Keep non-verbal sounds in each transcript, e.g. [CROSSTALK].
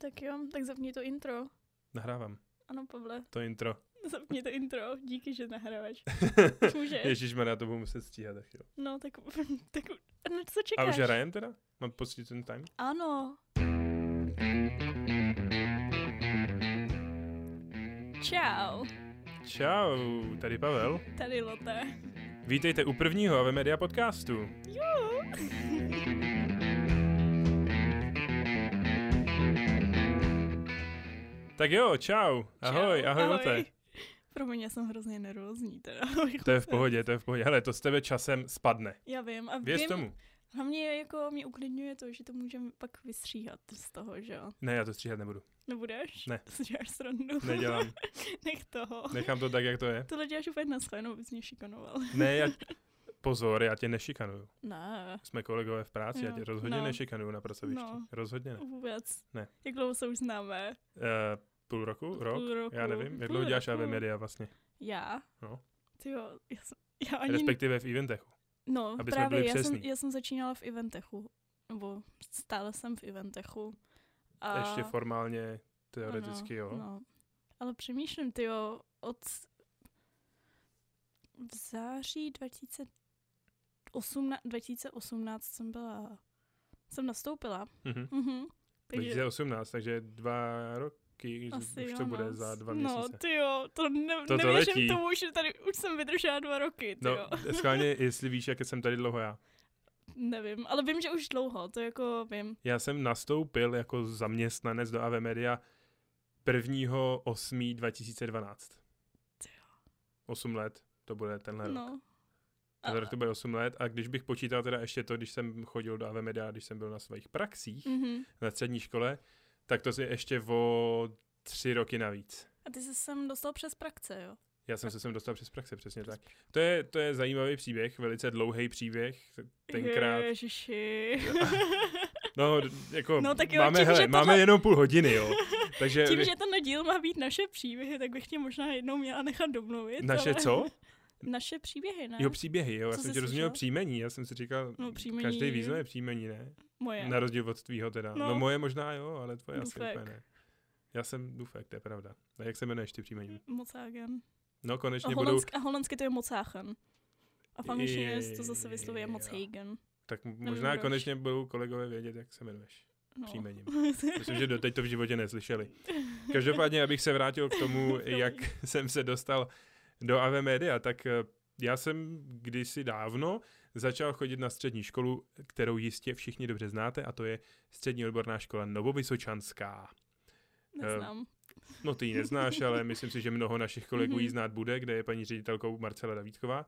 Tak jo, tak zapni to intro. Nahrávám Ano, Pavle, [LAUGHS] to intro. zapni to intro. Díky, že [LAUGHS] nahráváš. Můžeš. Ježíš, já to budu muset stíhat. Tak jo. No, tak, [LAUGHS] tak na co A čekáš? už hrajem teda? Mám pocit ten time? Ano. Čau, Čau, tady Pavel. tady Lotte. Vítejte u prvního AV Media podcastu. Jo. Tak jo, čau. [LAUGHS] Ahoj, Čau, ahoj, Lote. Promiň, já jsem hrozně nervózní teda. [LAUGHS] To je v pohodě, to je v pohodě. Hele, to z tebe časem spadne. Já vím. A Věř vím, tomu. Hlavně jako mě uklidňuje to, že to můžeme pak vystříhat z toho, že jo. Ne, já to stříhat nebudu. Nebudeš? Ne. Si [LAUGHS] děláš srandu? Nedělám. [LAUGHS] Nech toho. Nechám to tak, jak to je. Tohle děláš úplně na schénu, abys mě šikanoval. Ne, já... Pozor, já tě nešikanuju. Ne, Jsme kolegové v práci, já Jo, tě rozhodně no. nešikanuju na pracovišti. No. Rozhodně ne. vůbec. Ne. Jak dlouho se už známe? Eh, půl roku? Rok? Půl roku. Já nevím. Jak Půl dlouho děláš AV roku. Media vlastně? Já? No. Ty jo, já, jsem, já ani... Respektive v eventech. no, aby jsme právě, byli já jsem, přesní. já jsem začínala v Eventechu. Nebo stále jsem v Eventechu. A... Ještě formálně, teoreticky, ano, jo. No. Ale přemýšlím, ty jo, od v září 2018, 2018 jsem byla, jsem nastoupila. Mhm. Mhm. Takže 2018, takže dva roky, asi Asi už jo, to no. bude za dva No, měsíce. ty jo, to ne, To to nevěřím letí. tomu, že tady už jsem vydržela dva roky, ty jo. no, [LAUGHS] schválně, jestli víš, jak jsem tady dlouho já. Nevím, ale vím, že už dlouho, to jako vím. Já jsem nastoupil jako zaměstnanec do AV Media 1.8.2012. Ty 8 let, to bude tenhle rok. No. A, Tenhle rok to bude 8 let a když bych počítal teda ještě to, když jsem chodil do AV Media, když jsem byl na svých praxích mhm. na střední škole, tak to je ještě o tři roky navíc. a ty jsi sem dostal přes praxe, jo? Já jsem se sem dostal přes praxe, přesně tak. To je, to je zajímavý příběh, velice dlouhý příběh. Tenkrát. Ježiši. No, d- jako No, tak jo, máme, tím, hele, že máme tohle- jenom půl [LAUGHS] hodiny, jo. Takže [LAUGHS] Tím, že ten díl má být naše příběhy, tak bych tě možná jednou měla nechat domluvit. naše ale- [LAUGHS] co? Naše příběhy, ne? Jo, příběhy, jo. Já Co jsem jsi ti rozuměl slyšel? příjmení, já jsem si říkal, No, příjmení. každý význam je příjmení, ne? Moje. Na rozdíl od tvýho teda. No. No. no moje možná jo, ale tvoje asi Dufek. úplně ne. Já jsem Dufek, to je pravda. A jak se jmenuješ ty příjmení? Mocágen. No, A, konečně budou, holandsk, a holandsky to je Mocáchen. A v angličtině je to zase vyslovuje Jo. Mochagen. tak možná proč. konečně budou kolegové vědět, jak se jmenuješ. No. [LAUGHS] Příjmením. Myslím, že doteď to v životě neslyšeli. Každopádně, abych se vrátil [LAUGHS] k tomu, jak jsem se dostal do AV Media, tak eh, já jsem kdysi dávno začal chodit na střední školu, kterou jistě všichni dobře znáte, a to je Střední odborná škola Novovysočanská. eh, Neznám. No ty ji neznáš, ale myslím si, že mnoho našich kolegů ji Mhm. znát bude, kde je paní ředitelkou Marcela Davídková,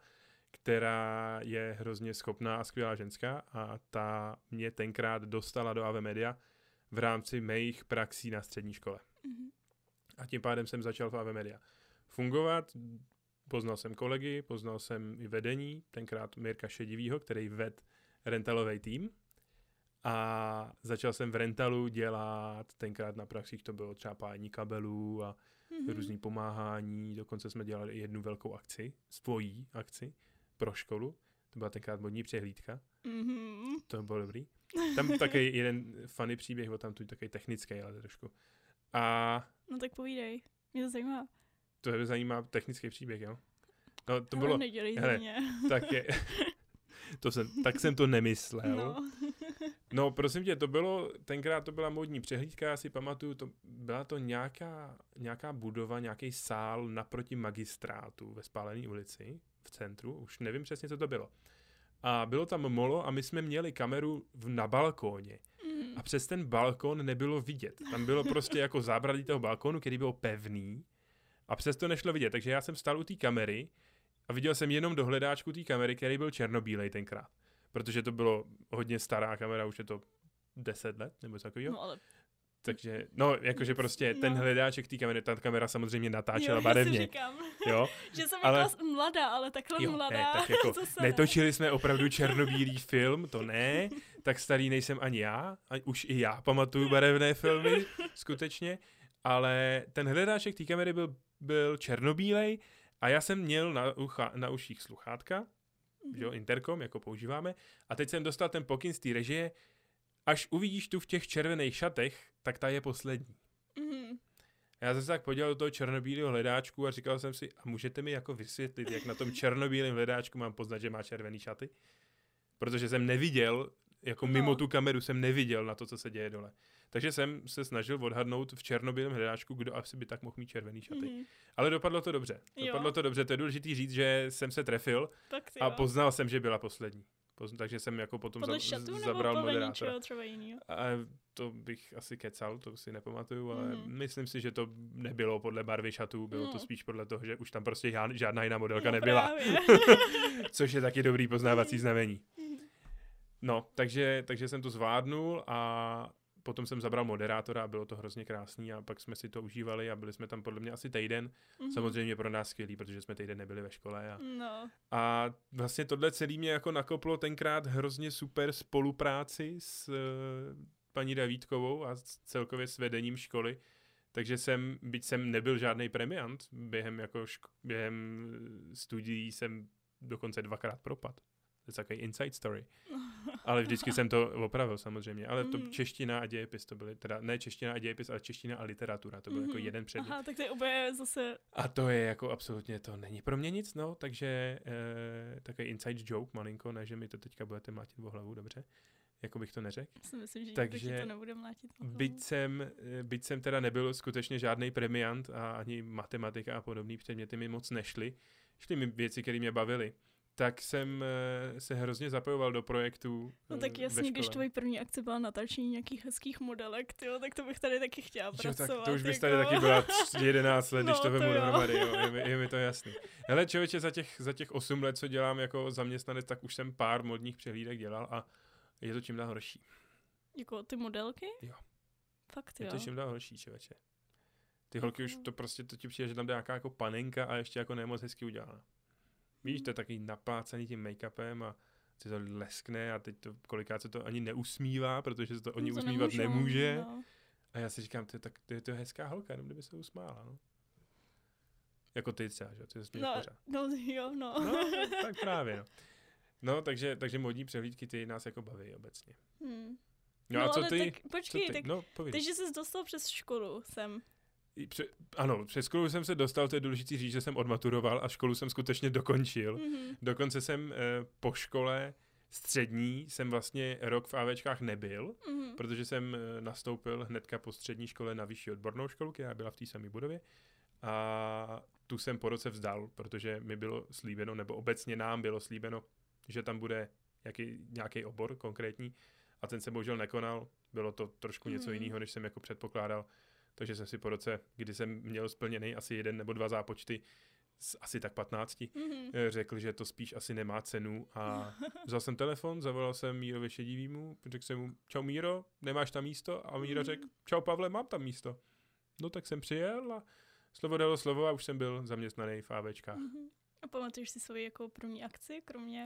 která je hrozně schopná a skvělá ženská a ta mě tenkrát dostala do AV Media v rámci mých praxí na střední škole. Mhm. A tím pádem jsem začal v AV Media fungovat, poznal jsem kolegy, poznal jsem i vedení, tenkrát Mirka Šedivýho, který ved rentalový tým. A začal jsem v rentalu dělat, tenkrát na praxích to bylo třeba pájení kabelů a Mhm. různý pomáhání, dokonce jsme dělali i jednu velkou akci, svojí akci pro školu, to byla tenkrát modní přehlídka, Mhm. to bylo dobrý. Tam taky jeden funny příběh, o tam tu takový technický, ale trošku. A No tak povídej. Mě to zajímá. to je zajímá technický příběh, jo? No to Hele, bylo, Nedělej ze hele, mě. [LAUGHS] tak je, [LAUGHS] to jsem, tak jsem to nemyslel. [LAUGHS] No. No, prosím tě, to bylo, tenkrát to byla módní přehlídka, já si pamatuju, to, byla to nějaká, nějaká budova, nějaký sál naproti magistrátu ve Spálené ulici v centru, už nevím přesně, co to bylo. A bylo tam molo a my jsme měli kameru v, na balkóně. Mhm. A přes ten balkon nebylo vidět. Tam bylo prostě jako zábradlí toho balkonu, který byl pevný a přes to nešlo vidět. Takže já jsem stál u té kamery a viděl jsem jenom do hledáčku té kamery, který byl černobílej tenkrát. Protože to bylo hodně stará kamera, už je to 10 let nebo co takového. No ale Takže, no, jakože prostě ten No. hledáček té kamery, ta kamera samozřejmě jo, natáčela já si barevně. říkám, Jo? že jsem Ale- ale... jako mladá, ale takhle Jo, ne, mladá. [LAUGHS] tak jako zase ne. Netočili jsme opravdu černobílý film, to ne, tak starý nejsem ani já, a už i já pamatuju barevné filmy, skutečně, ale ten hledáček té kamery byl, byl černobílej a já jsem měl na, ucha, na uších Mhm. sluchátka, že jo, interkom, jako používáme, a teď jsem dostal ten pokyn z té režie, Až uvidíš tu v těch červených šatech, tak ta je poslední. Mhm. A Já jsem se tak podíval do toho černobílého hledáčku a říkal jsem si, a můžete mi jako vysvětlit, jak na tom černobílém hledáčku mám poznat, že má červený šaty? Protože jsem neviděl, jako No. mimo tu kameru jsem neviděl na to, co se děje dole. Takže jsem se snažil odhadnout v černobílém hledáčku, kdo asi by tak mohl mít červený šaty. Mhm. Ale dopadlo to dobře. Jo. Dopadlo to dobře. To je důležité říct, že jsem se trefil Tak ty a jo. poznal jsem, že byla poslední. Pozn- takže jsem jako potom Podle za- šatů nebo zabral podle moderátora. něčeho třeba jiného? A to bych asi kecal, to si nepamatuju, ale Mhm. myslím si, že to nebylo podle barvy šatů, bylo to No. spíš podle toho, že už tam prostě žád, žádná jiná modelka No nebyla, právě. [LAUGHS] což je taky dobrý poznávací znamení. Mhm. No, takže, takže jsem to zvládnul a potom jsem zabral moderátora a bylo to hrozně krásný a pak jsme si to užívali a byli jsme tam podle mě asi týden. Mhm. Samozřejmě pro nás skvělý, protože jsme týden nebyli ve škole a No, a vlastně tohle celý mě jako nakoplo tenkrát hrozně super spolupráci s eh, paní Davítkovou a s- celkově s vedením školy. Takže jsem, byť jsem nebyl žádný premiant, během, jako šk- během eh, studií jsem dokonce dvakrát propad. To je takový inside story. Ale vždycky jsem to opravil samozřejmě. Ale to Mhm. čeština a dějepis to byly, teda ne čeština a dějepis, ale čeština a literatura. To byl jako Mhm. jeden předmět. aha, tak to je úplně zase, A to je jako absolutně, to není pro mě nic, no, takže eh, takový inside joke malinko, ne, že mi to teďka budete mlátit o hlavu, dobře, jako bych to neřekl. si myslím, že Takže- Takže... nikdo ti to nebude mlátit. o hlavu. Byť jsem, eh, byť jsem teda nebyl skutečně žádný premiant a ani matematika a podobné předměty mi moc nešly, šly mi věci, které mě bavily, tak jsem eh, se hrozně zapojoval do projektů No eh, tak ve jasně, když škole. tvoje první akce byla natáčení nějakých hezkých modelek, tyjo, tak to bych tady taky chtěla Jo, tak pracovat. to už bys jako. tady taky byla tř- 11 [LAUGHS] let, když No, to to vemu jo. dohromady, jo. Je, mi, je mi to jasný. Hele, člověče, za těch, za těch 8 let, co dělám jako zaměstnanec, tak už jsem pár modních přehlídek dělal a je to čím dál horší. [LAUGHS] Jako ty modelky? Jo. Fakt Je jo. Mhm. to čím dál horší, člověče. Ty holky už to prostě, to ti přijde, že tam jde nějaká jako panenka a ještě jako nemoc hezky udělaná. Víš, Mhm. to je taky naplácený tím make-upem a si to leskne a teď to kolikrát se to ani neusmívá, protože se to oni No to usmívat nemůžou, nemůže. No. A já si říkám, ty, tak ty, to je hezká holka, jenom kdyby se usmála, no. Jako ty třeba, že? jo, Ty se směješ No, pořád. no [LAUGHS] jo, no. No, tak právě, no. No, takže, takže modní přehlídky ty nás jako baví obecně. [LAUGHS] Hm. No, a co ale ty? Tak, co počkej, ty? tak No, povídej. takže jsi dostal přes školu sem. I Pře- ano, přes školu jsem se dostal, to je důležité říct, že jsem odmaturoval a školu jsem skutečně dokončil. Mhm. Dokonce jsem eh, po škole střední, jsem vlastně rok v AVčkách nebyl, Mhm. protože jsem eh, nastoupil hnedka po střední škole na vyšší odbornou školu, která byla v té samé budově. A tu jsem po roce vzdal, protože mi bylo slíbeno, nebo obecně nám bylo slíbeno, že tam bude nějaký, nějaký obor konkrétní a ten se bohužel nekonal. Bylo to trošku něco Mhm. jiného, než jsem jako předpokládal. Takže jsem si po roce, kdy jsem měl splněný asi jeden nebo dva zápočty, z asi tak 15, Mhm. eh, řekl, že to spíš asi nemá cenu [LAUGHS] a vzal jsem telefon, zavolal jsem Mírovi Šedivýmu, řekl jsem mu, čau Míro, nemáš tam místo? A Míra Mhm. řekl, čau Pavle, mám tam místo. No tak jsem přijel a slovo dalo slovo a už jsem byl zaměstnaný v AVčkách. Mhm. A pamatuješ si svoji jako první akci, kromě,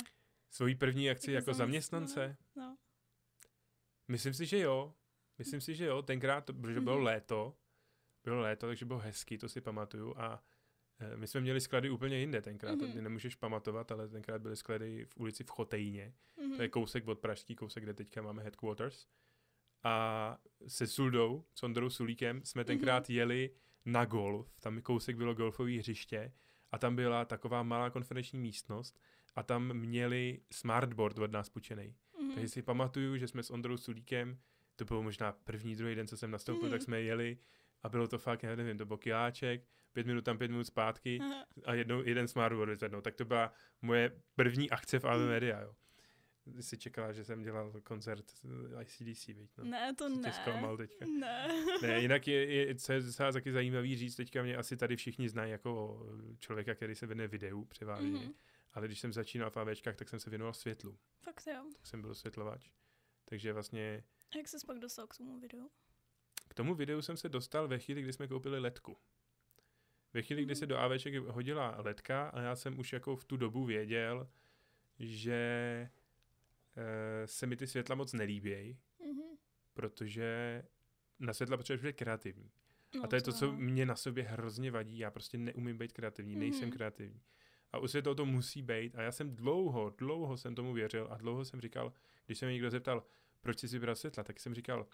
Svoji první akci Jako jako zaměstnanec, zaměstnance? no. Myslím si, že jo. Myslím si, že jo. Tenkrát, to- protože bylo Mhm. léto, bylo léto, takže bylo hezký, to si pamatuju a eh, my jsme měli sklady úplně jinde tenkrát, to Mhm. ty nemůžeš pamatovat, ale tenkrát byly sklady v ulici v Chotejně. Mhm. To je jako kousek od Pražský, kousek, kde teďka máme headquarters. A se Suldou, s Ondrou Sulíkem, Mhm. jsme tenkrát jeli na golf. Tam kousek bylo golfové hřiště a tam byla taková malá konferenční místnost a tam měli smartboard od nás půjčený. Mhm. Takže si pamatuju, že jsme s Ondrou Sulíkem, to bylo možná první, druhý den, co jsem nastoupil, Mhm. tak jsme jeli a bylo to fakt, já nevím, do bokiláček, pět minut tam, pět minut zpátky Aha. a jednou, jeden smartboard vyzvednou. Tak to byla moje první akce v Ave Mm. Media, jo. Ty jsi čekala, že jsem dělal koncert eh, ICDC, viď? No. Ne, to Jsi ne. Tě zklamal teďka. Ne. Ne, jinak je, je, co je docela taky zajímavý říct, teďka mě asi tady všichni znají jako člověka, který se věnuje videu převážně, Mhm. ale když jsem začínal v AVčkách, tak jsem se věnoval světlu, Fakt jo. tak jsem byl světlovač. Takže vlastně A jak jsi pak dostal k tomu videu? k tomu videu jsem se dostal ve chvíli, kdy jsme koupili letku. Ve chvíli, kdy se Mhm. do AVček hodila letka a já jsem už jako v tu dobu věděl, že eh, se mi ty světla moc nelíbějí, Mhm. protože na světla potřebuješ být kreativní. No, A to je to, co ano. mě na sobě hrozně vadí. Já prostě neumím být kreativní, nejsem Mhm. kreativní. A u světla to musí být. A já jsem dlouho, dlouho jsem tomu věřil a dlouho jsem říkal, když se mě někdo zeptal, proč jsi si vybral světla, tak jsem říkal,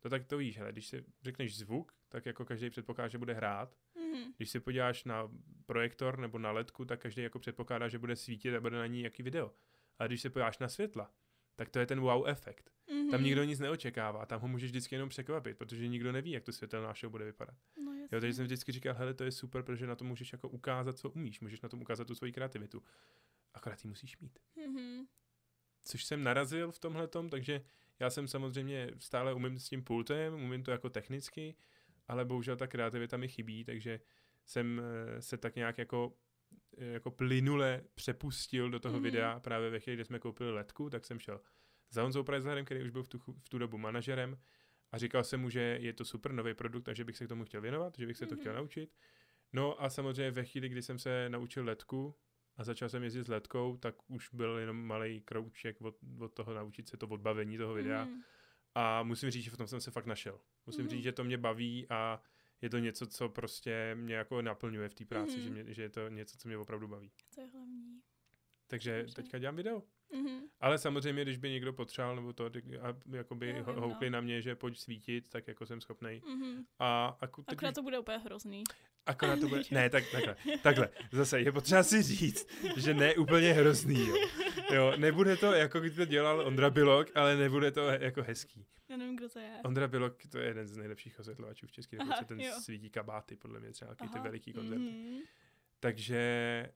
to tak to víš, ale když si řekneš zvuk, tak jako každý předpokládá, že bude hrát. Mhm. Když si podíváš na projektor nebo na ledku, tak každý jako předpokládá, že bude svítit a bude na ní nějaký video. Ale když se podíváš na světla, tak to je ten wow efekt. Tam Mhm. nikdo nic neočekává, tam ho můžeš vždycky jenom překvapit, protože nikdo neví, jak to světelná show bude vypadat. No Jo, jasně. takže jsem vždycky říkal, hele, to je super, protože na to můžeš jako ukázat, co umíš, můžeš na tom ukázat tu svoji kreativitu. Akorát ji musíš mít. Mhm. Což jsem narazil v tomhle takže já jsem samozřejmě stále umím s tím pultem, umím to jako technicky, ale bohužel ta kreativita mi chybí, takže jsem eh, se tak nějak jako eh, jako plynule přepustil do toho Mhm. mm. videa právě ve chvíli, kdy jsme koupili letku, tak jsem šel za Honzou Prajzlerem, který už byl v tu, chu- v tu dobu manažerem a říkal jsem mu, že je to super nový produkt a že bych se k tomu chtěl věnovat, že bych se to Mhm. chtěl naučit. No a samozřejmě ve chvíli, kdy jsem se naučil letku a začal jsem jezdit s letkou, tak už byl jenom malý krouček od, od toho naučit se to odbavení toho videa. Mhm. A musím říct, že v tom jsem se fakt našel. Musím Mhm. říct, že to mě baví a je to něco, co prostě mě jako naplňuje v té práci, Mhm. že, mě, že je to něco, co mě opravdu baví. To je hlavní. Takže Dobře. teďka dělám video. Mhm. Ale samozřejmě, když by někdo potřeboval, nebo to, tak- a jakoby Já vím, ho- no. houkli na mě, že pojď svítit, tak jako jsem schopnej. Mhm. A aku, teď Akorát to bude úplně hrozný. akorát [LAUGHS] to bude... Ne, tak, takhle. Takhle, zase je potřeba si říct, že ne úplně hrozný, jo. jo nebude to, jako když to dělal Ondra Bilok, ale nebude to he- jako hezký. Já nevím, kdo to je. Ondra Bilok, to je jeden z nejlepších osvětlovačů v České Aha, republice, ten jo. svítí kabáty, podle mě třeba, taky ty Aha, veliký koncerty. mhm. Takže eh,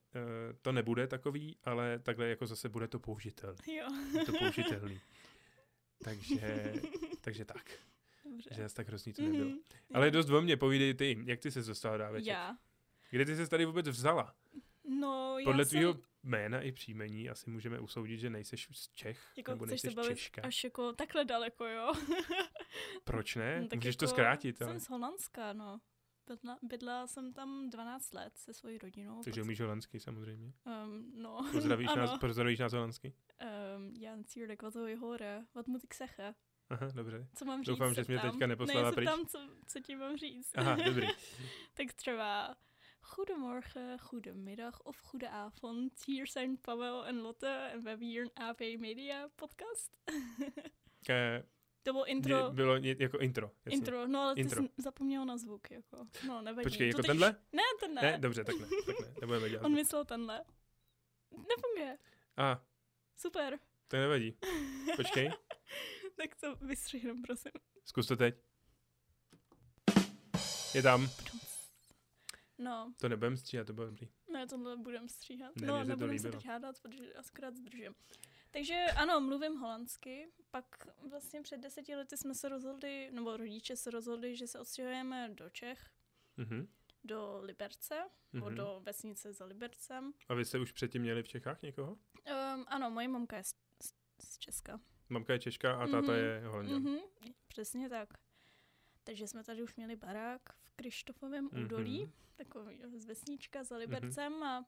to nebude takový, ale takhle jako zase bude to použitelný. Jo. Je to [LAUGHS] použitelný. Takže, takže tak, Dobře. že zase tak hrozný to nebylo. Mhm. Ale Jo. dost o mně, povídej ty, jak ty se dostala dáveček? Já. Kde ty se tady vůbec vzala? No, Podle já tvýho jsem, jména i příjmení asi můžeme usoudit, že nejseš z Čech, jako nebo chceš se nejseš bavit Češka. až jako takhle daleko, jo. [LAUGHS] Proč ne? No, tak Můžeš jako to zkrátit, ale... Jsem z Holandska, no. Bydla, bydla jsem tam 12 let se svojí rodinou. Takže umíš holandsky samozřejmě. Um, no. [LAUGHS] Pozdravíš ano. nás, pozdravíš nás holandsky? Um, já natuurlijk, wat wil je horen? Wat moet ik zeggen? Aha, dobře. Co mám říct? Doufám, že se jsi mě ptám. teďka neposlala ne, se pryč. ptám, co, co ti mám říct. Aha, [LAUGHS] dobrý. tak třeba goedemorgen, goedemiddag of goedenavond. Hier zijn Pavel en Lotte en we hebben hier een AP Media podcast. Eh, Dubbel mě intro. bylo ně, jako intro. Jasně. Intro, no ale ty Intro. jsi zapomněl na zvuk, jako. No, nevadí. Počkej, To jako teď tenhle? už- Ne, tenhle. Ne, dobře, tak ne, tak ne, nebudeme dělat. On myslel tenhle. Nefunguje. A, Super. to nevadí. Počkej. [LAUGHS] tak to vystřihnem, prosím. Zkus to teď. Je tam. No, To nebudem stříhat, to bylo dobrý. ne, tohle budem stříhat. Ne, no, mně se to nebudem se líbilo. teď hádat, protože akorát zdržím. Takže ano, mluvím holandsky. Pak vlastně před deseti lety jsme se rozhodli, nebo rodiče se rozhodli, že se odstěhujeme do Čech, Mhm. do Liberce, nebo mhm. do vesnice za Libercem. A vy jste už předtím měli v Čechách někoho? Um, ano, moje mamka je z, z, z Česka. Mamka je Češka a táta Mhm. je Holanděn. Mhm, přesně tak. Takže jsme tady už měli barák v Krištofovém Mhm. údolí, takový z vesnička za Libercem a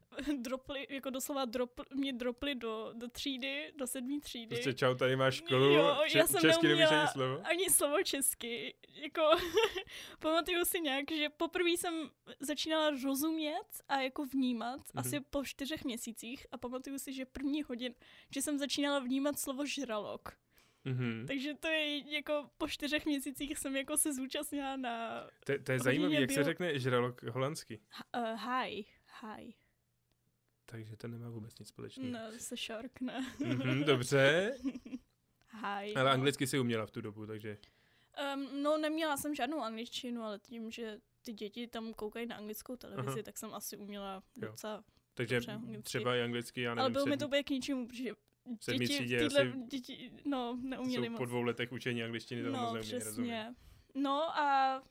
[LAUGHS] dropli, jako doslova drop, mě dropli do, do třídy, do sedmý třídy. Prostě čau, tady máš školu, Jo, če- já jsem česky nevíš neuměla ani slovo. Ani slovo česky. Jako, [LAUGHS] pamatuju si nějak, že poprvé jsem začínala rozumět a jako vnímat Mhm. asi po čtyřech měsících a pamatuju si, že první hodin, že jsem začínala vnímat slovo žralok. Mhm. Takže to je jako po čtyřech měsících jsem jako se zúčastnila na To, to je Rodině zajímavé, jak se bylo- řekne žralok holandsky. uh, hi, hi, Takže to nemá vůbec nic společného. no, se shark, ne. Mhm, dobře, Hi. ale no. anglicky si uměla v tu dobu, takže... Um, no, neměla jsem žádnou angličtinu, ale tím, že ty děti tam koukají na anglickou televizi, Aha. tak jsem asi uměla Jo. docela. Takže Dobře, anglicky. třeba i anglicky, já nevím, ale bylo mi sedm- to úplně k ničemu, protože sedmý děti, třídě v týhle, asi děti, no, neuměli jsou moc. po dvou letech učení angličtiny, to moc no, neumějí, rozumím. přesně. No a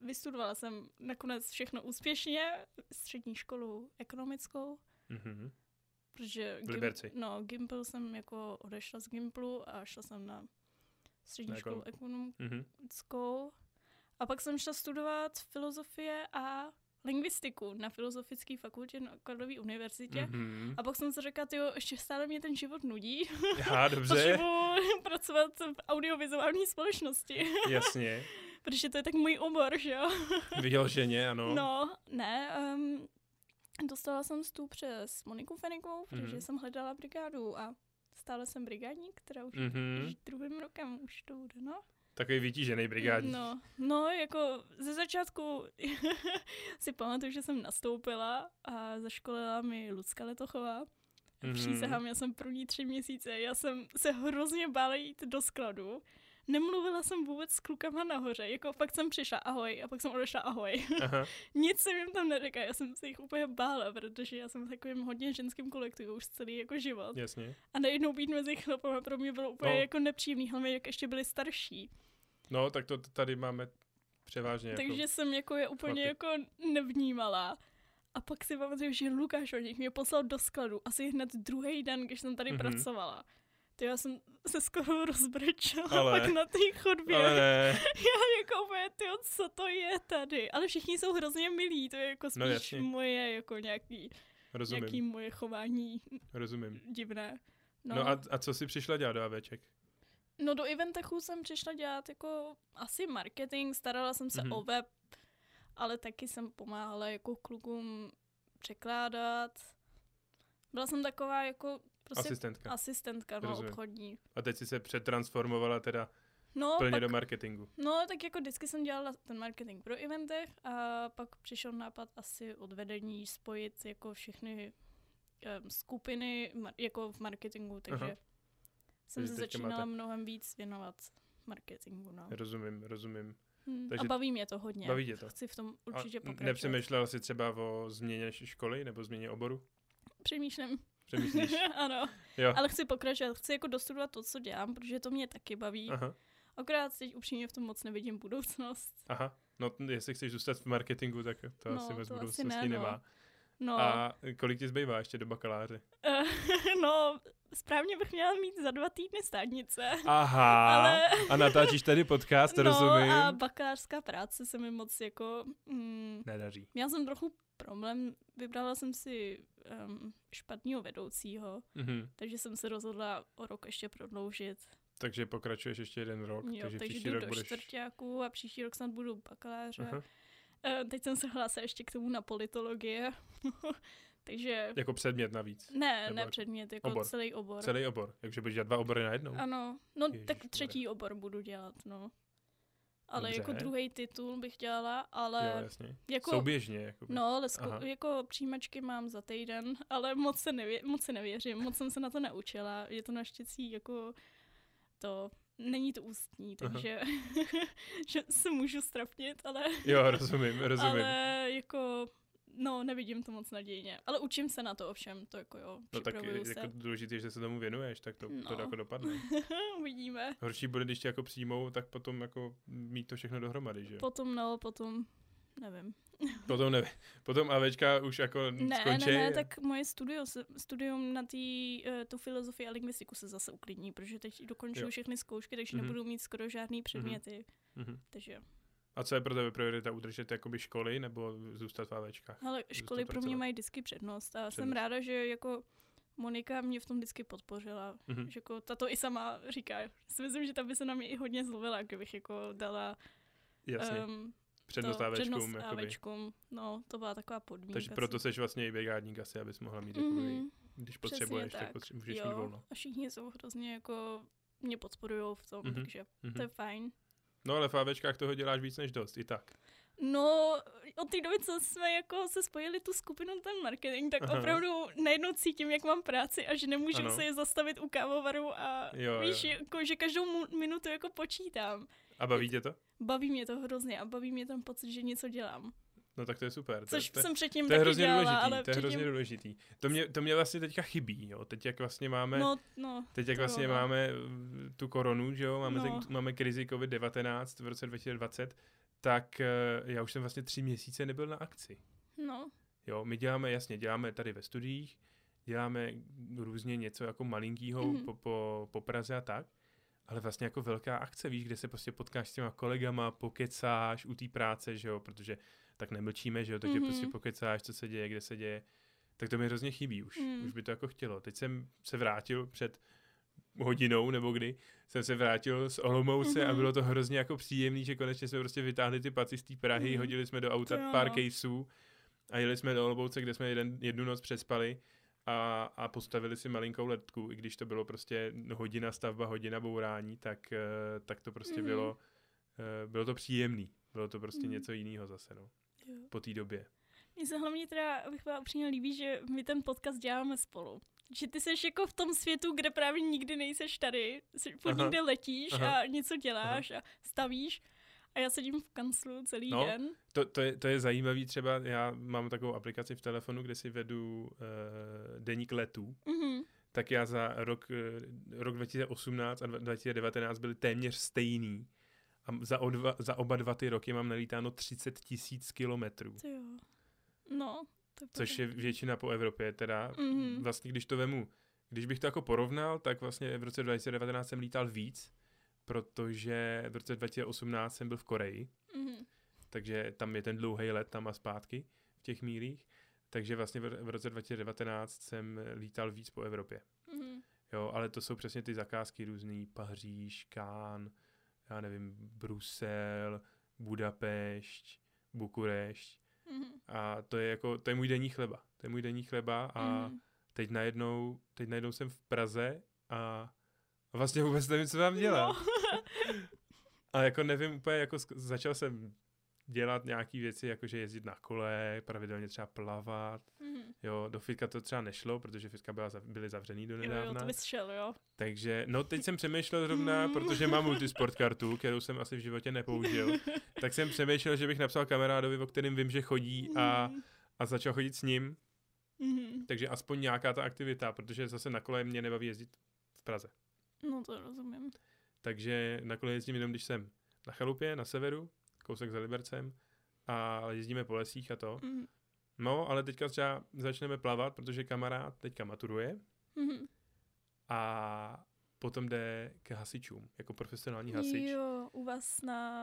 vystudovala jsem nakonec všechno úspěšně, střední školu ekonomickou, Mhm. protože V Liberci. no, Gimpel jsem jako odešla z Gimplu a šla jsem na střední Na školu Mhm. ekonomickou. A pak jsem šla studovat filozofie a lingvistiku na Filozofické fakultě na Karlově univerzitě. Mhm. A pak jsem si řekla, jo, ještě stále mě ten život nudí. Aha, dobře, Potřebuji [LAUGHS] pracovat v audiovizuální společnosti, [LAUGHS] jasně. protože to je tak můj obor, že jo? Vyloženě, ano. No, ne. Um, dostala jsem vstup přes Moniku Fenikovou, protože Mhm. jsem hledala brigádu a Stále jsem brigádník, která už Mhm. už druhým rokem už to bude, no. Takový vytížený brigádník. No, no, jako ze začátku [LAUGHS] si pamatuju, že jsem nastoupila a zaškolila mi Lucka Letochová. Mhm. Mm-hmm. Přísahám, já jsem první tři měsíce, já jsem se hrozně bála jít do skladu. Nemluvila jsem vůbec s klukama nahoře, jako fakt jsem přišla ahoj a pak jsem odešla ahoj. Aha. [LAUGHS] Nic jsem jim tam neřekla, já jsem se jich úplně bála, protože já jsem v takovým hodně ženským kolektivu už celý jako život. Jasně. A najednou být mezi chlapama pro mě bylo úplně No. no. jako nepříjemný, hlavně jak ještě byli starší. No, tak to t- tady máme převážně Takže jako... jsem jako je úplně chlapy. jako nevnímala. A pak si pamatuju, že Lukáš Oděk mě poslal do skladu asi hned druhý den, když jsem tady Mhm. mm-hmm. pracovala. To já jsem se skoro rozbrečela Ale- Ale. pak na té chodbě. Ale Ale... ne, [LAUGHS] Já jako úplně, tyjo, co to je tady? Ale všichni jsou hrozně milí, to je jako No, spíš jasně. no, moje jako nějaký, rozumím, nějaký moje chování rozumím. divné. No, No, no a, a, co si přišla dělat do AVček? No do Eventechů jsem přišla dělat jako asi marketing, starala jsem se Mhm. mm-hmm. o web, ale taky jsem pomáhala jako klukům překládat. Byla jsem taková jako prostě Asistentka. asistentka no, Rozumím. obchodní. A teď si se přetransformovala teda No, plně pak, do marketingu. no, tak jako vždycky jsem dělala ten marketing pro eventech a pak přišel nápad asi od vedení spojit jako všechny um, skupiny mar- jako v marketingu, takže Aha. jsem Takže se teďka začínala máte- mnohem víc věnovat marketingu. No. Rozumím, rozumím. Hmm, Takže a baví mě to hodně. Baví tě to. Chci v tom A určitě pokračovat. nepřemýšlela jsi třeba o změně š- školy nebo změně oboru? Přemýšlím. [LAUGHS] Přemýšlíš? ano, Jo. ale chci pokračovat. Chci jako dostudovat to, co dělám, protože to mě taky baví. Aha, Akorát teď upřímně v tom moc nevidím budoucnost. aha. No, t- jestli chceš zůstat v marketingu, tak to No, asi moc to asi budoucnosti ne, no. nemá. No, a... A kolik ti zbývá ještě do bakaláře? [LAUGHS] no, správně bych měla mít za dva týdny stádnice. Aha, Ale- a natáčíš tady podcast, no rozumím. a bakalářská práce se mi moc jako... Mm, Nedaří. měla jsem trochu problém, vybrala jsem si um, špatného vedoucího, Mhm. takže jsem se rozhodla o rok ještě prodloužit. Takže pokračuješ ještě jeden rok, Jo, takže, takže, příští jdu rok do budeš... čtvrtáku a příští rok snad budu bakaláře. Aha. Eh, Teď jsem se hlásila ještě k tomu na politologie, [LAUGHS] takže Jako předmět navíc. ne, nebo ne předmět, jako obor. celý obor. Celý obor. Takže budeš dělat dva obory najednou. Ano, no tak Ježišmarja. třetí obor budu dělat, no. Ale Dobře. jako druhý titul bych dělala, Jo, ale jasně. jako... Souběžně. Jakoby. No, ale zko- Aha. jako přijímačky mám za týden, ale moc se, nevě- moc se nevěřím, moc jsem se na to naučila. Je to naštěstí jako to, není to ústní, Aha. takže [LAUGHS] že se můžu strapnit, ale, Jo, rozumím, rozumím. ale jako no, nevidím to moc nadějně. Ale učím se na to ovšem, to jako jo, No tak připravuju se. jako důležité, že se tomu věnuješ, tak to, to No. jako dopadne. Uvidíme. Horší bude, když tě jako přijmou, tak potom jako mít to všechno dohromady, že jo? Potom no, potom nevím. Potom ne, potom AVčka už jako Ne, skončí. ne, ne, tak moje studio, se- studium na tý, eh, tu filozofii a lingvistiku se zase uklidní, protože teď dokončuju Jo. všechny zkoušky, takže Mhm. nebudu mít skoro žádný předměty. Mhm. Takže, A co je pro tebe priorita? Udržet jakoby školy nebo zůstat v AVčkách? ale školy pro mě pracovat. mají vždycky přednost a jsem Přednost. ráda, že jako Monika mě v tom vždycky podpořila. Mhm. Že jako, ta to i sama říká. Já si myslím, že ta by se na mě i hodně zlobila, kdybych jako dala Jasně, um, přednost AVčkům. jakoby. AVčkům. No, to byla taková podmínka. Takže proto jsi vlastně i brigádník asi, abys mohla mít, jakoby, mm když potřebuješ, tak, tak. potře- můžeš mít volno. A všichni jsou hrozně jako mě podporují v tom, Mhm. mm-hmm. takže Mhm. to je fajn. No ale v AVčkách toho děláš víc než dost, i tak. No, od té doby, co jsme jako se spojili tu skupinu, ten marketing, tak Aha. Aha. opravdu najednou cítím, jak mám práci a že nemůžu Ano. ano. se je zastavit u kávovaru a Jo, jo, víš, jo. Jako, že každou mu- minutu jako počítám. A baví tě to? Baví mě to hrozně a baví mě ten pocit, že něco dělám. No tak to je super. to- Což to, je- jsem předtím To je taky hrozně dělala, důležitý, ale to je hrozně předtím... důležitý. To mě, to mě vlastně teďka chybí, jo. Teď jak vlastně máme, no, No, no, teď jak to vlastně jo, no. máme mm, tu koronu, že jo, máme, no. No. ten, máme krizi COVID-19 v roce 2020, tak eh, já už jsem vlastně tři měsíce nebyl na akci. no. Jo, my děláme, jasně, děláme tady ve studiích, děláme různě něco jako malinkýho mm-hmm. Mhm. po, po, po Praze a tak, ale vlastně jako velká akce, víš, kde se prostě potkáš s těma kolegama, pokecáš u té práce, že jo, protože tak nemlčíme, že jo, takže mm-hmm. Mhm. prostě pokecáš, co se děje, kde se děje, tak to mi hrozně chybí už, mm. Mm. už by to jako chtělo. Teď jsem se vrátil před hodinou nebo kdy, jsem se vrátil z Olomouce mm-hmm. a Mhm. bylo to hrozně jako příjemný, že konečně jsme prostě vytáhli ty paty z té Prahy, mm-hmm. Mhm. hodili jsme do auta To jo, pár no. caseů a jeli jsme do Olomouce, kde jsme jeden, jednu noc přespali a, a postavili si malinkou letku, i když to bylo prostě hodina stavba, hodina bourání, tak, eh, tak to prostě Mhm. bylo, eh, bylo to příjemný. Bylo to prostě Mhm. něco jiného zase, no, Jo. po té době. Mně se hlavně teda, abych byla upřímně líbí, že my ten podcast děláme spolu. Že ty seš jako v tom světu, kde právě nikdy nejseš tady, jsi pod Aha. někde letíš Aha. a něco děláš a stavíš a já sedím v kanclu celý No. den. To, to, je, to je zajímavý třeba, já mám takovou aplikaci v telefonu, kde si vedu uh, deník letů, Mhm. tak já za rok, eh, rok 2018 a dva- 2019 byly téměř stejný. A m- za, o dva, za oba dva ty roky mám nalítáno 30 tisíc kilometrů, To jo. No. To což pravda. je většina po Evropě teda. Mhm. Vlastně když to vemu, když bych to jako porovnal, tak vlastně v roce 2019 jsem lítal víc, protože v roce 2018 jsem byl v Koreji, Mhm. takže tam je ten dlouhý let tam a zpátky v těch mílích. Takže vlastně v v roce 2019 jsem eh, lítal víc po Evropě. Mhm. Jo, ale to jsou přesně ty zakázky různý. Paříž, Kán, já nevím, Brusel, Budapešť, Bukurešť. Mhm. A to je jako, to je můj denní chleba. To je můj denní chleba a Mhm. teď najednou, teď najednou jsem v Praze a vlastně vůbec nevím, co mám dělat. No. A jako nevím úplně, jako sk- začal jsem dělat nějaký věci, jakože jezdit na kole, pravidelně třeba plavat. Mhm. Jo, do fitka to třeba nešlo, protože fitka byla, zav- byly zavřený do Jo, nedávna. jo, to bys šel, jo. Takže, no teď jsem přemýšlel zrovna, Mm. protože mám multisport kartu, kterou jsem asi v životě nepoužil, Mhm. tak jsem přemýšlel, že bych napsal kamarádovi, o kterém vím, že chodí a, Mhm. a začal chodit s ním, Mhm. takže aspoň nějaká ta aktivita, protože zase na kole mě nebaví jezdit v Praze. No to rozumím. Takže na kole jezdím jenom, když jsem na chalupě, na severu, kousek za Libercem a jezdíme po lesích a to. Mhm. No, ale teďka třeba začneme plavat, protože kamarád teďka maturuje Mhm. a potom jde k hasičům, jako profesionální hasič. Jo, u vás na...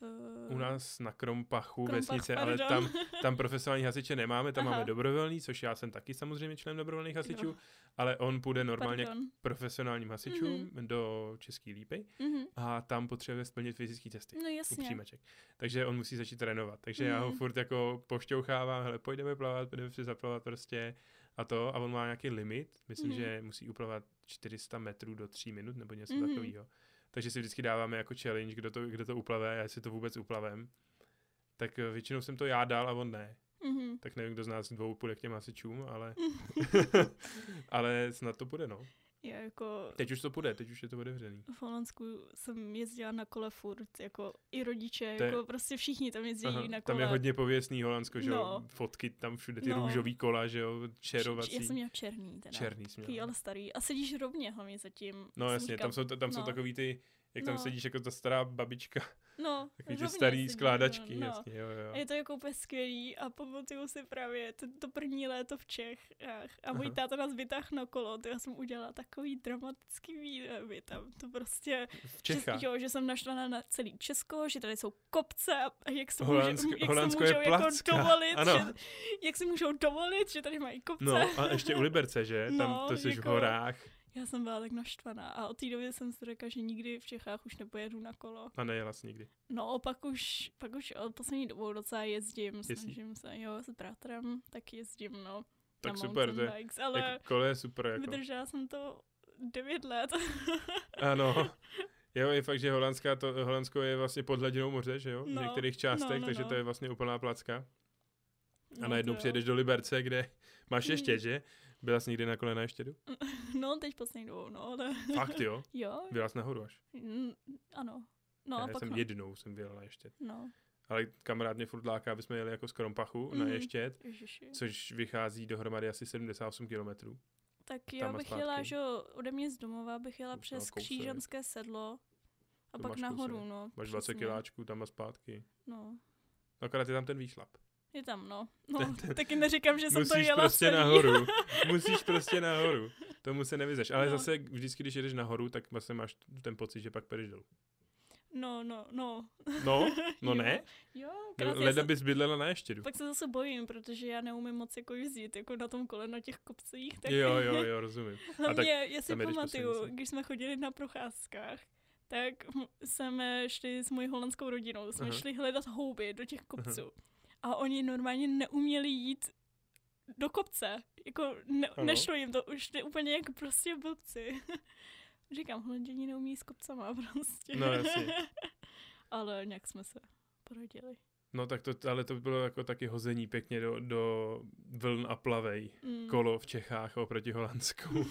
V... U nás na Krompachu, Krompach, vesnice, ale pardon. [LAUGHS] tam, tam profesionální hasiče nemáme, tam Aha. máme dobrovolný, což já jsem taky samozřejmě člen dobrovolných hasičů, Jo. ale on půjde normálně Pardon. Pardon. k profesionálním hasičům do České lípy Mhm. a tam potřebuje splnit fyzické testy. No U jasně. přijímaček. Takže on musí začít trénovat. Takže já ho Mhm. furt jako pošťouchávám, hele, pojďme plavat, půjdeme si zaplavat prostě a to. A on má nějaký limit, myslím, Mhm. že musí uplavat 400 metrů do 3 minut nebo něco Mhm. takového. Takže si vždycky dáváme jako challenge, kdo to, kdo to uplave a jestli to vůbec uplavem. Tak eh, většinou jsem to já dal a on ne. Mhm. Tak nevím, kdo z nás dvou půjde k těm hasičům, ale, [LAUGHS] ale snad to půjde, no. Já jako Teď už to půjde, teď už je to otevřený. v Holandsku jsem jezdila na kole furt, jako i rodiče, To je- jako prostě všichni tam jezdí Aha, na kole. tam je hodně pověstný Holandsko, že jo, No. fotky, tam všude ty No. růžový kola, že jo, Č- č- čerovací, Já jsem měla černý teda. černý směl. Takový, ale starý. A sedíš rovně hlavně zatím. No Jsem jasně, říkala, tam jsou, tam jsou no. takový ty, jak tam No. sedíš jako ta stará babička, [LAUGHS] no, takový ty rovně starý sedíš, skládačky, no. jasně, jo, jo. A je to jako úplně skvělý a pamatuju si právě to, to první léto v Čechách a můj Aha. táta nás vytáhl na kolo, to já jsem udělala takový dramatický výlevy tam, to prostě, V Čechách. Že, jo, že jsem našla na celý Česko, že tady jsou kopce a a jak se, Holandsko- může, jak se Holandsko je můžou jako placka, dovolit, ano. že, jak se můžou dovolit, že tady mají kopce. No a ještě u [LAUGHS] Liberce, že? Tam No, to jsi v jako- horách Já jsem byla tak naštvaná a od té doby jsem si řekla, že nikdy v Čechách už nepojedu na kolo. a nejela jsi nikdy. No, pak už, pak už od poslední dobou docela jezdím, Jezdíš? snažím se, jo, s bratrem, tak jezdím, no. Tak na super, to mountain je, bikes, ale jako, kole je super. Jako. vydržela jsem to devět let. [LAUGHS] Ano. Jo, je fakt, že Holandská to, Holandsko je vlastně pod hladinou moře, že jo? V No, některých částech, no, no, takže no. to je vlastně úplná placka. A No, najednou to jo. přijedeš do Liberce, kde máš Mm. ještě, že? Byla jsi někdy na kole [LAUGHS] na ještědu? No, teď poslední dobou, no, ale Fakt jo? [LAUGHS] jo, Byla jsi nahoru až. Mm, ano. No No, a Já pak jsem no. jednou jsem byl na ještěd. no. Ale kamarád mě furt láká, aby jsme jeli jako z Krompachu na Mhm. ještěd, Ježiši. což vychází dohromady asi 78 kilometrů. Tak tam já a bych jela, zpátky. že jo, ode mě z domova bych jela Už přes na kousek. Křížanské sedlo a To pak máš nahoru, kousek. no. Máš 20 přesně. kiláčků tam a zpátky. No, Akorát je tam ten výšlap. je tam, no. No, taky neříkám, že jsem to Musíš jela prostě celý. nahoru. Musíš prostě nahoru. Tomu se nevyzeš. Ale No. zase vždycky, když jedeš nahoru, tak vlastně máš ten pocit, že pak půjdeš dolů. [LAUGHS] No, no, no. [LAUGHS] No, no Jo. ne. Jo, No, krát, já Leda se, bys bydlela na ještědu. Pak se zase bojím, protože já neumím moc jako jezdit, jako na tom kole na těch kopcích. Tak Jo, jo, jo, rozumím. tak Hlavně, já si tam jedeš po pamatuju, silnici. když jsme chodili na procházkách, tak hm, jsme šli s mojí holandskou rodinou, jsme Aha. šli hledat houby do těch kopců. A oni normálně neuměli jít do kopce. Jako ne, Ano. nešlo jim to, už šli úplně jak prostě blbci. [LAUGHS] Říkám, hledění neumí s kopcama [LAUGHS] prostě. No, jasně. [LAUGHS] Ale nějak jsme se porodili. No tak to, ale to bylo jako taky hození pěkně do, do vln a plavej. Mm. kolo v Čechách oproti Holandsku.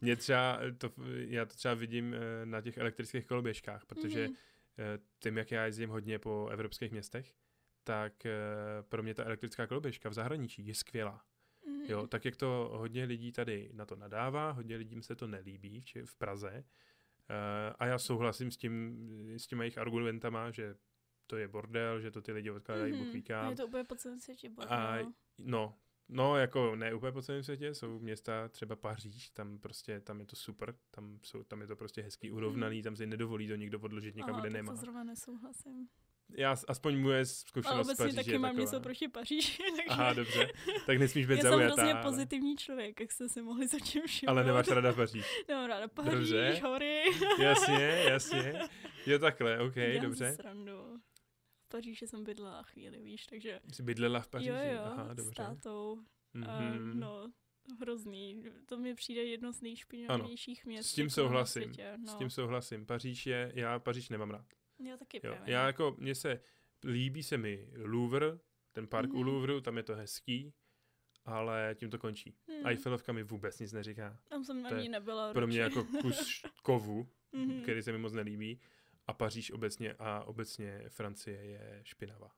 Mě třeba, to, já to třeba vidím eh, na těch elektrických koloběžkách, protože Mhm. eh, tím, jak já jezdím hodně po evropských městech, tak eh, pro mě ta elektrická koloběžka v zahraničí je skvělá. Mhm. Jo, tak jak to hodně lidí tady na to nadává, hodně lidím se to nelíbí v, Če- v Praze. Eh, A já souhlasím s tím, s těma jejich argumentama, že to je bordel, že to ty lidi odkládají mm-hmm. Mhm. bukvíkám. Je to úplně po celém světě. A- A... No, no jako ne úplně po celém světě, jsou města třeba Paříž, tam prostě, tam je to super, tam, jsou, tam je to prostě hezký urovnaný, tam si nedovolí to nikdo odložit někam, Mhm. Aha, kde tak nemá. to zrovna nesouhlasím. Já, s- aspoň moje Ale zkušenost z obecně Paříže taky je mám taková. něco proti Paříži. [LAUGHS] Takže... Aha, dobře, tak nesmíš být Já jsem zaujatá, hrozně ale- pozitivní člověk, jak jste si mohli začít všimnout. ale nemáš ráda Paříž. [LAUGHS] Nemám ráda Paříž, Dobře. hory. [LAUGHS] Jasně, jasně, jo takhle, ok, Dělám si dobře. srandu. V Paříži jsem bydlela chvíli, víš, takže Jsi bydlela v Paříži, jo, jo, aha, s dobře. tátou. Mhm. A, no, hrozný. To mi přijde jedno z nejšpinavnějších měst. S tím jako na souhlasím, Světě, no. S tím souhlasím, Paříž je, já Paříž nemám rád. Já taky Jo. právě. Já jako, mně se líbí se mi Louvre, ten park mm-hmm. u Mhm. Louvru, tam je to hezký, ale tím to končí. Hmm, Mm. Eiffelovka mi vůbec nic neříká. Tam jsem to je ani nebyla Pro mě radši. jako kus kovu, [LAUGHS] Mhm. který se mi moc nelíbí. A Paříž obecně a obecně Francie je špinavá.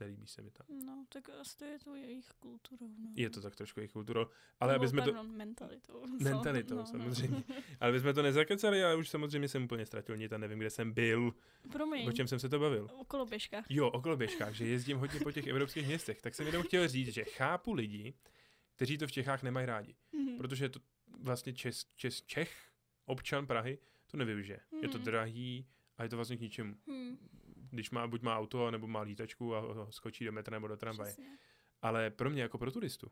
Nelíbí se mi tam. No, tak asi to je to jejich kulturou. No. Je to tak trošku jejich kulturou, ale Nebo aby jsme to, pardon, mentalitou. No, Mentalitou, samozřejmě. ale aby jsme to nezakecali, já už samozřejmě jsem úplně ztratil nit a nevím, kde jsem byl, [LAUGHS] Promiň, o čem jsem se to bavil. o koloběžkách. Jo, o koloběžkách, že jezdím hodně po těch evropských městech, tak jsem jenom chtěl říct, že chápu lidi, kteří to v Čechách nemají rádi, Mhm. protože to vlastně Čes, Čes, Čech, občan Prahy, to nevyužije. Je to Mhm. drahý a je to vlastně k ničemu. Hm, Když má, buď má auto, nebo má lítačku a ho- skočí do metra nebo do tramvaje. přesně. Ale pro mě jako pro turistu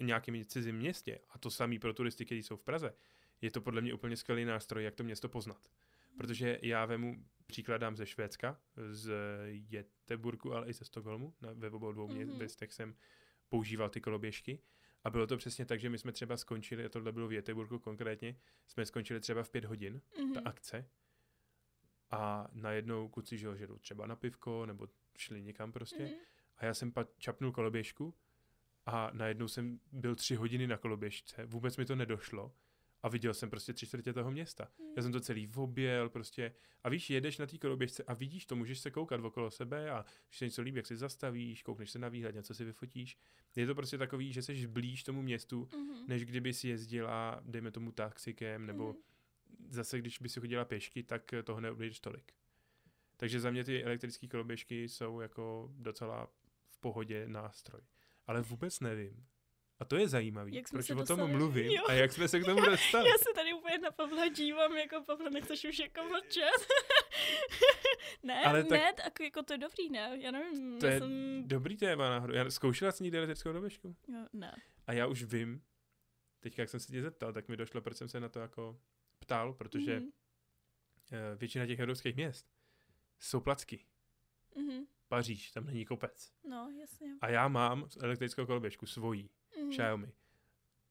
v nějakém cizím městě, a to samý pro turisty, kteří jsou v Praze, je to podle mě úplně skvělý nástroj, jak to město poznat. Protože já vemu příklad dám ze Švédska, z Jeteburku, ale i ze Stockholmu. Na, ve obou dvou Mhm. mm-hmm. městech jsem používal ty koloběžky. A bylo to přesně tak, že my jsme třeba skončili, a tohle bylo v Jeteburku konkrétně, jsme skončili třeba v pět hodin, ta Mhm. akce. A najednou kluci, že jo, že jdou třeba na pivko, nebo šli někam prostě. Mhm. A já jsem pak čapnul koloběžku a najednou jsem byl tři hodiny na koloběžce, vůbec mi to nedošlo a viděl jsem prostě tři čtvrtě toho města. Já jsem to celý objel prostě a víš, jedeš na té koloběžce a vidíš to, můžeš se koukat okolo sebe a když se něco líbí, jak si zastavíš, koukneš se na výhled, něco si vyfotíš. Je to prostě takový, že jsi blíž tomu městu, Mhm. než kdyby si jezdila, dejme tomu taxikem, nebo Mhm. zase když by si chodila pěšky, tak eh, toho neodejdeš tolik. Takže za mě ty elektrické koloběžky jsou jako docela v pohodě nástroj. Ale vůbec nevím. A to je zajímavý, Jak jsme proč se o tom dostali- mluvím jo. a jak jsme se k tomu [LAUGHS] dostali. Já se tady úplně na Pavla dívám, jako Pavla, nechceš už jako mlčet? [LAUGHS] ne, Ale Ale tak- ne, tak jako to je dobrý, ne? Já nevím, To já je jsem... dobrý téma náhodou. Já zkoušela jsi někdy elektrickou koloběžku? Jo, ne. A já už vím, teď jak jsem se tě zeptal, tak mi došlo, proč jsem se na to jako ptal, protože Mhm. eh, většina těch evropských měst jsou placky. Mhm. Paříž, tam není kopec. No, jasně. A já mám elektrickou koloběžku svojí. Mhm. Xiaomi.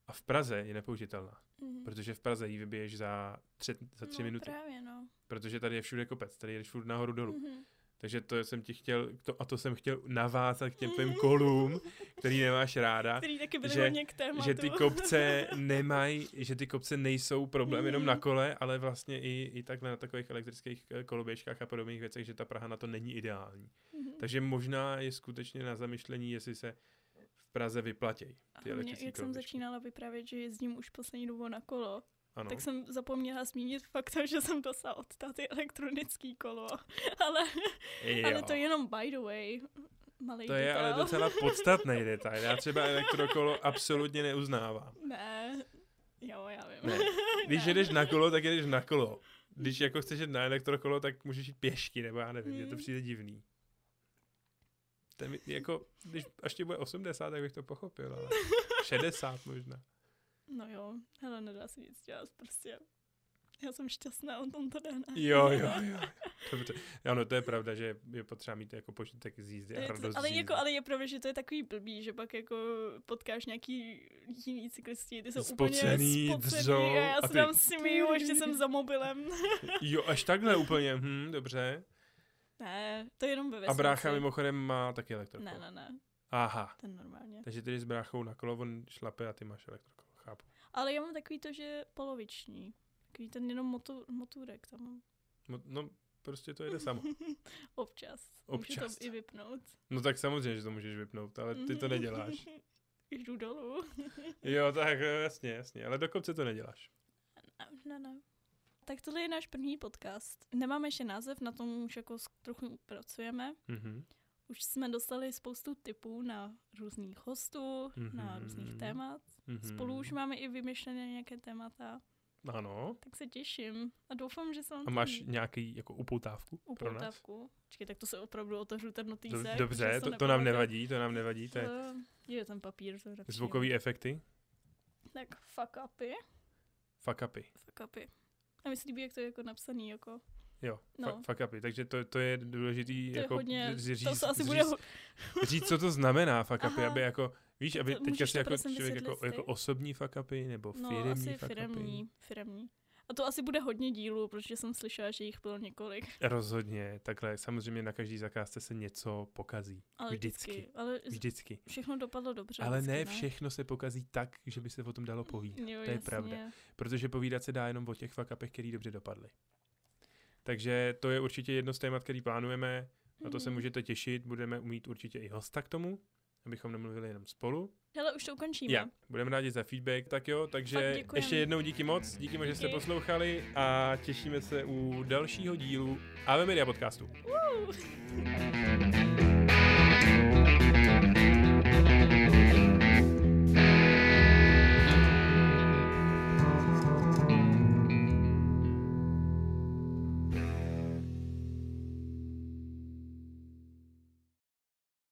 A v Praze je nepoužitelná, Mhm. protože v Praze ji vybiješ za tři, za tři no, minuty, právě, no. protože tady je všude kopec, tady jedeš furt nahoru dolů. Mhm. Takže to jsem ti chtěl, to, a to jsem chtěl navázat k těm tvým Mhm. kolům, který nemáš ráda, Který taky byly že- hodně k tématu. že ty kopce nemají, že ty kopce nejsou problém jenom na Mhm. kole, ale vlastně i, i takhle na takových elektrických eh, koloběžkách a podobných věcech, že ta Praha na to není ideální. [LAUGHS] Mhm. Takže možná je skutečně na zamyšlení, jestli se v Praze vyplatějí A ty hlavně, elektrické jak jsem koloběžky. začínala vyprávět, že jezdím už poslední dobou na kolo, Ano. tak jsem zapomněla zmínit fakt, že jsem dostala od táty elektronický kolo. [LAUGHS] Ale, ale to je jenom by the way. Malej To je detail. ale [LAUGHS] docela podstatný detail. Já třeba elektrokolo absolutně neuznávám. Ne, jo, já vím. [LAUGHS] Ne. Když jedeš na kolo, tak jedeš na kolo. Když jako chceš jít na elektrokolo, tak můžeš jít pěšky, nebo já nevím, mně to Hmm. přijde divný. To mi- jako, když až ti bude 80, tak bych to pochopil, [LAUGHS] ale 60 možná. No jo, hele, nedá se nic dělat, prostě. Já jsem šťastná o tomto DNA. Jo, jo, jo. Dobře. Ano, to je pravda, že je potřeba mít jako počítek z jízdy a Je to- radost ale, z jako, jízdy. ale je pravda, že to je takový blbý, že pak jako potkáš nějaký jiný cyklisti, ty jsou Spocený, úplně spocený dřou, a já a se ty- tam simiju, ještě jsem za mobilem. [LAUGHS] Jo, až takhle úplně, hm, dobře. ne, to je jenom ve A vesnici. brácha Jako. mimochodem má taky elektrokolo. Ne, ne, ne, Aha, ten normálně. takže ty jdeš s bráchou na kolo, on šlape a ty máš elektrokolo, chápu. Ale já mám takový to, že poloviční. Takový ten jenom motu, motůrek tam mám. No, no prostě to jede samo. Občas. Můžu Občas. to i vypnout. No tak samozřejmě, že to můžeš vypnout, ale ty [LAUGHS] to neděláš. Jdu dolů. Jo, tak jo, jasně, jasně, ale dokonce to neděláš. Ne, ne. Tak tohle je náš první podcast. Nemáme ještě název, na tom už jako s- trochu pracujeme. Mhm. Už jsme dostali spoustu tipů na různých hostů, Mhm. na různých témat. Mhm. Spolu už máme i vymyšlené nějaké témata, Ano. tak se těším. A doufám, že se vám A to máš líbí. nějaký jako upoutávku, pro nás? upoutávku. Počkej, tak to se opravdu otevřu ten Dob- notýsek. protože Dobře, se to, to nám nepamatuju. nevadí, to nám nevadí, to je To- Je ten papír, to je lepší. zvukové efekty, Tak fuck upy. fuck upy. Fuck upy. A mi se líbí, jak to je jako napsaný, jako. Jo, No. no. fuck upy, takže to, to je důležitý To je jako hodně, z- říct, to se asi říct, jako bude... ho- říct, co to znamená fuck upy, Aha. aby jako, víš, aby To teďka můžeš si to jako prosím člověk vysvětlit jako, ty? jako osobní fuck upy, nebo No, firemní asi fuck upy. firemní, firemní. A to asi bude hodně dílů, protože jsem slyšela, že jich bylo několik. Rozhodně, takhle, samozřejmě na každý zakázce se něco pokazí, Ale Vždycky. vždycky. Ale z- vždycky. všechno dopadlo dobře. Ale vždycky, no. Mm. ne všechno se pokazí tak, že by se o tom dalo povídat. Jo, to je jasně. pravda. protože povídat se dá jenom o těch fakapech, který dobře dopadly. Takže to je určitě jedno z témat, který plánujeme, na to se Mhm. můžete těšit, budeme umít určitě i hosta k tomu, abychom nemluvili jenom spolu. Hele, už to ukončíme. Já, budeme rádi za feedback, tak jo, takže děkujeme. ještě jednou díky moc, díky moc, že jste Díky. poslouchali a těšíme se u dalšího dílu AV Media podcastu. Woo!